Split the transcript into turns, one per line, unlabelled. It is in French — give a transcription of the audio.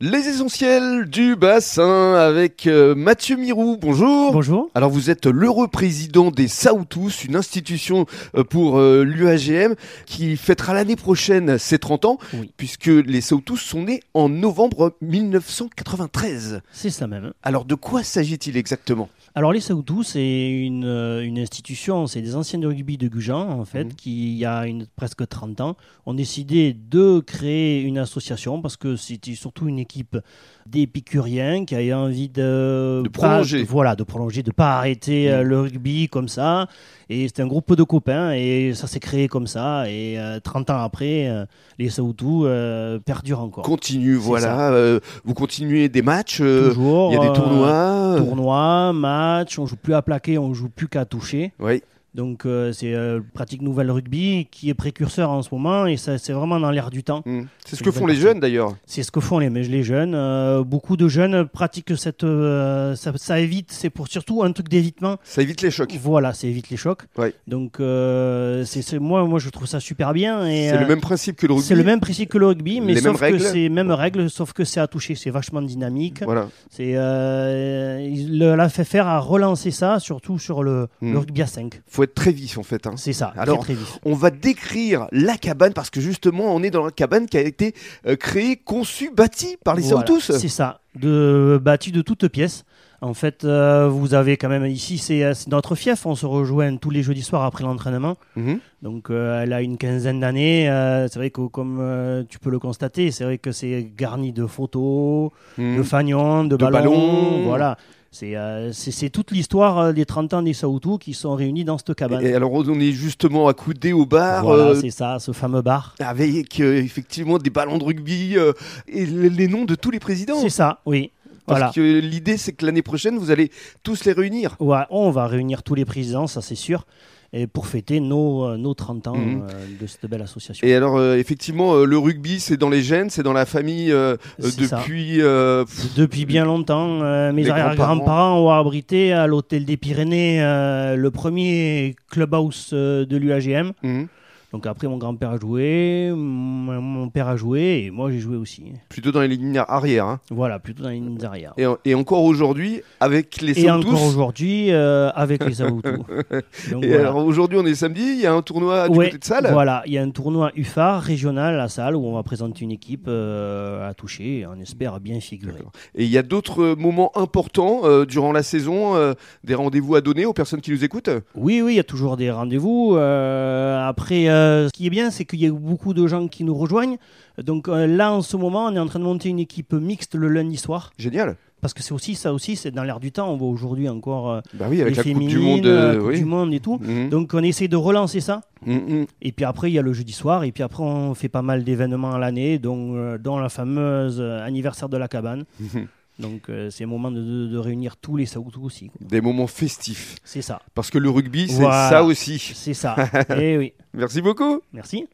Les essentiels du bassin avec euh, Mathieu Mirou. Bonjour.
Bonjour.
Alors vous êtes l'heureux président des Saoutous, une institution euh, pour euh, l'UAGM qui fêtera l'année prochaine ses 30 ans,
Oui.
puisque les Saoutous sont nés en novembre 1993.
C'est ça même.
Alors de quoi s'agit-il exactement
Alors les Saoutou, c'est une, euh, une institution, c'est des anciens de rugby de Gujan en fait,
Mhm.
qui il y a une, presque 30 ans ont décidé de créer une association parce que c'était surtout une équipe d'épicuriens qui avaient envie de,
De prolonger. Mhm.
pas- de- voilà, de prolonger, de pas arrêter euh, le rugby comme ça. Et c'était un groupe de copains et ça s'est créé comme ça. Et euh, 30 ans après, euh, les Saoutou euh, perdurent encore.
Continue, voilà. euh, vous continuez des matchs, euh, il
Toujours.
y a
euh,
des tournois.
tournoi, match, on joue plus à plaquer, on joue plus qu'à toucher.
Oui.
Donc euh, c'est euh, pratique nouvelle rugby qui est précurseur en ce moment et ça c'est vraiment dans l'air du temps.
Mm. C'est ce
Une
que
bonne
font les
partie.
jeunes d'ailleurs.
C'est ce que font les, les jeunes. Euh, beaucoup de jeunes pratiquent cette euh, ça, ça évite, c'est pour surtout un truc d'évitement.
Ça évite les chocs.
Voilà, ça évite les chocs.
Ouais.
Donc euh, c'est c'est- moi moi je trouve ça super bien et
C'est le
euh,
même principe que le rugby.
c'est le même principe que le rugby, mais
Les mêmes
sauf que
règles.
c'est mêmes règles, sauf que c'est à toucher, c'est vachement dynamique.
Voilà.
C'est euh, il- le- la FFR a relancé ça, surtout sur le,
Mm.
le rugby à 5.
Faut être très vif en fait. hein.
C'est ça,
Alors,
très très vif.
On va décrire la cabane parce que justement, on est dans la cabane qui a été euh, créée, conçue, bâtie par les
Voilà,
Sautous.
C'est ça, de, bâti de toutes pièces. En fait, euh, vous avez quand même ici, c'est euh, c'est notre fief, on se rejoint tous les jeudis soirs après l'entraînement.
Mhm.
Donc euh, elle a une quinzaine d'années, Euh, c'est vrai que comme euh, tu peux le constater, c'est vrai que c'est garni de photos,
Mhm.
de fagnons, de, ballons,
ballons.
voilà. C'est euh, c'est- c'est toute l'histoire euh, des 30 ans des Saoutou qui sont réunis dans cette cabane.
Et alors, on est justement accoudé au bar.
Voilà,
euh,
c'est ça, ce fameux bar.
avec euh, effectivement des ballons de rugby euh, et le- les noms de tous les présidents.
C'est ça, oui.
Parce
Voilà.
que l'idée, c'est que l'année prochaine, vous allez tous les réunir.
Ouais, on va réunir tous les présidents, ça c'est sûr, et pour fêter nos, euh, nos 30 ans
Mhm.
euh, de cette belle association.
Et alors, euh, effectivement, euh, le rugby, c'est dans les gènes, c'est dans la famille euh, euh,
C'est ça.
depuis. euh,
Depuis bien longtemps, euh, mes
Les grands-parents.
arrière-grands-parents ont abrité à l'hôtel des Pyrénées euh, le premier clubhouse euh, de l'UAGM.
mhm,
Donc après, mon grand-père a joué, mon mon père a joué, et moi j'ai joué aussi.
plutôt dans les lignes arrière. hein.
Voilà, plutôt dans les lignes arrière.
Et, en- et encore aujourd'hui, avec les
Et
Sautous,
encore aujourd'hui, euh, avec les Saoutou. Donc
Et
voilà.
alors aujourd'hui, on est samedi, il y a un tournoi Ah, du
Ouais,
côté de salle.
Voilà, il y a un tournoi UFA régional à salle où on va présenter une équipe euh, à toucher, et on espère bien figurer.
D'accord. Et il y a d'autres euh, moments importants euh, durant la saison, euh, des rendez-vous à donner aux personnes qui nous écoutent.
Oui, oui, il y a toujours des rendez-vous. euh, après, euh, ce qui est bien, c'est qu'il y a beaucoup de gens qui nous rejoignent. Donc euh, là, en ce moment, on est en train de monter une équipe mixte le lundi soir.
Génial.
Parce que c'est aussi ça aussi, c'est dans l'air du temps. On voit aujourd'hui encore euh,
Bah oui, avec
les
la
féminines,
Coupe du Monde.
la
euh,
Coupe
oui.
du Monde et tout.
Mhm.
Donc on essaie de relancer ça.
Mhm, mhm.
Et puis après, il y a le jeudi soir. Et puis après, on fait pas mal d'événements à l'année, dont, euh, dont la fameuse euh, anniversaire de la cabane.
Mhm.
Donc euh, c'est le moment de, de- de réunir tous les Saoutous aussi. quoi.
Des moments festifs.
C'est ça,
Parce que le rugby, c'est
Voilà.
ça aussi.
c'est ça. Eh oui,
Merci beaucoup.
merci.